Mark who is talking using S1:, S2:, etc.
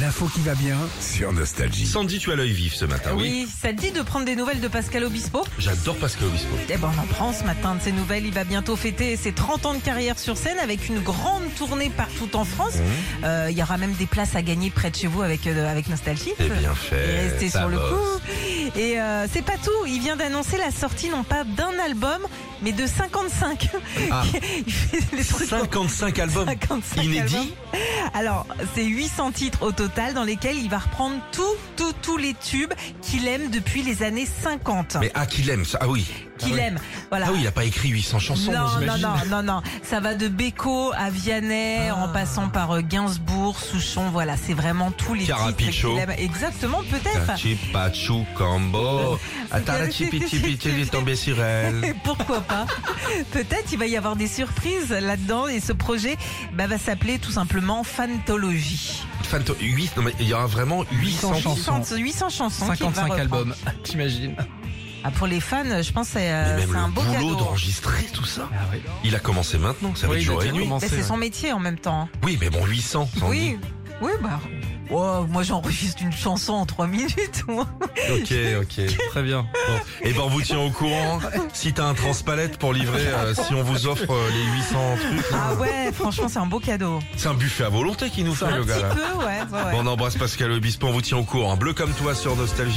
S1: L'info qui va bien sur Nostalgie.
S2: Sandy, tu as l'œil vif ce matin, Ah oui.
S3: Oui, ça te dit de prendre des nouvelles de Pascal Obispo
S2: J'adore Pascal Obispo.
S3: Eh ben, on en prend ce matin de ses nouvelles. Il va bientôt fêter ses 30 ans de carrière sur scène avec une grande tournée partout en France.
S2: Mmh.
S3: Euh, Il y aura même des places à gagner près de chez vous avec, euh, avec Nostalgie.
S2: C'est Eh bien
S3: Et
S2: fait.
S3: restez
S2: ça
S3: sur le
S2: bosse.
S3: coup. Et euh, c'est pas tout. Il vient d'annoncer la sortie non pas d'un album, mais de 55.
S2: Ah.
S3: Il fait des trucs
S2: 55 albums.
S3: 55
S2: Inédit
S3: albums. Alors, c'est 800 titres au total dans lesquels il va reprendre tous, tous, tous les tubes qu'il aime depuis les années 50.
S2: Mais ah, qu'il aime ça. Ah oui.
S3: Qu'il
S2: Ah oui.
S3: aime. Voilà.
S2: Ah oui, il a pas écrit 800 chansons,
S3: non, non,
S2: j'imagine. Ah.
S3: non, non, non. Ça va de Beko à Vianney, en passant par euh, Gainsbourg, Souchon. Voilà, c'est vraiment tous les
S2: Carapicho.
S3: titres qu'il aime. Exactement, peut-être.
S2: Tachipachu Cambo. Atala chipi chipi chipi tombé sur elle.
S3: Et Pourquoi pas Peut-être il va y avoir des surprises là-dedans et ce projet bah, va s'appeler tout simplement Fantologie.
S2: Fanto- huit- non, mais il y aura vraiment 800 chansons.
S3: 800, 800 chansons. qu'il va
S4: 55
S3: reprendre.
S4: albums, t'imagines
S3: Ah, pour les fans, je pense que c'est euh,
S2: Mais même
S3: c'est un
S2: le
S3: beau
S2: boulot
S3: cadeau.
S2: d'enregistrer tout ça.
S4: Ah oui.
S2: Il a commencé maintenant, ça va
S4: Oui,
S2: être
S4: il a
S2: jour et
S4: déjà
S2: nuit.
S4: commencé.
S3: Mais c'est son métier en même temps.
S2: Oui, mais bon, 800. Sandy.
S3: Oui, oui, bah. Oh, moi j'enregistre une chanson en 3 minutes. moi.
S2: Ok, ok.
S4: Très bien.
S2: Bon. Et ben on vous tient au courant. Si t'as un transpalette pour livrer, euh, si on vous offre euh, les 800 trucs, là,
S3: Ah ouais, franchement c'est un beau cadeau.
S2: c'est un buffet à volonté qui nous fait
S3: Un
S2: le gars.
S3: petit
S2: là.
S3: peu, ouais. ouais, ouais.
S2: Bon, on embrasse Pascal Obispo, on vous tient au courant. Bleu comme toi sur Nostalgie.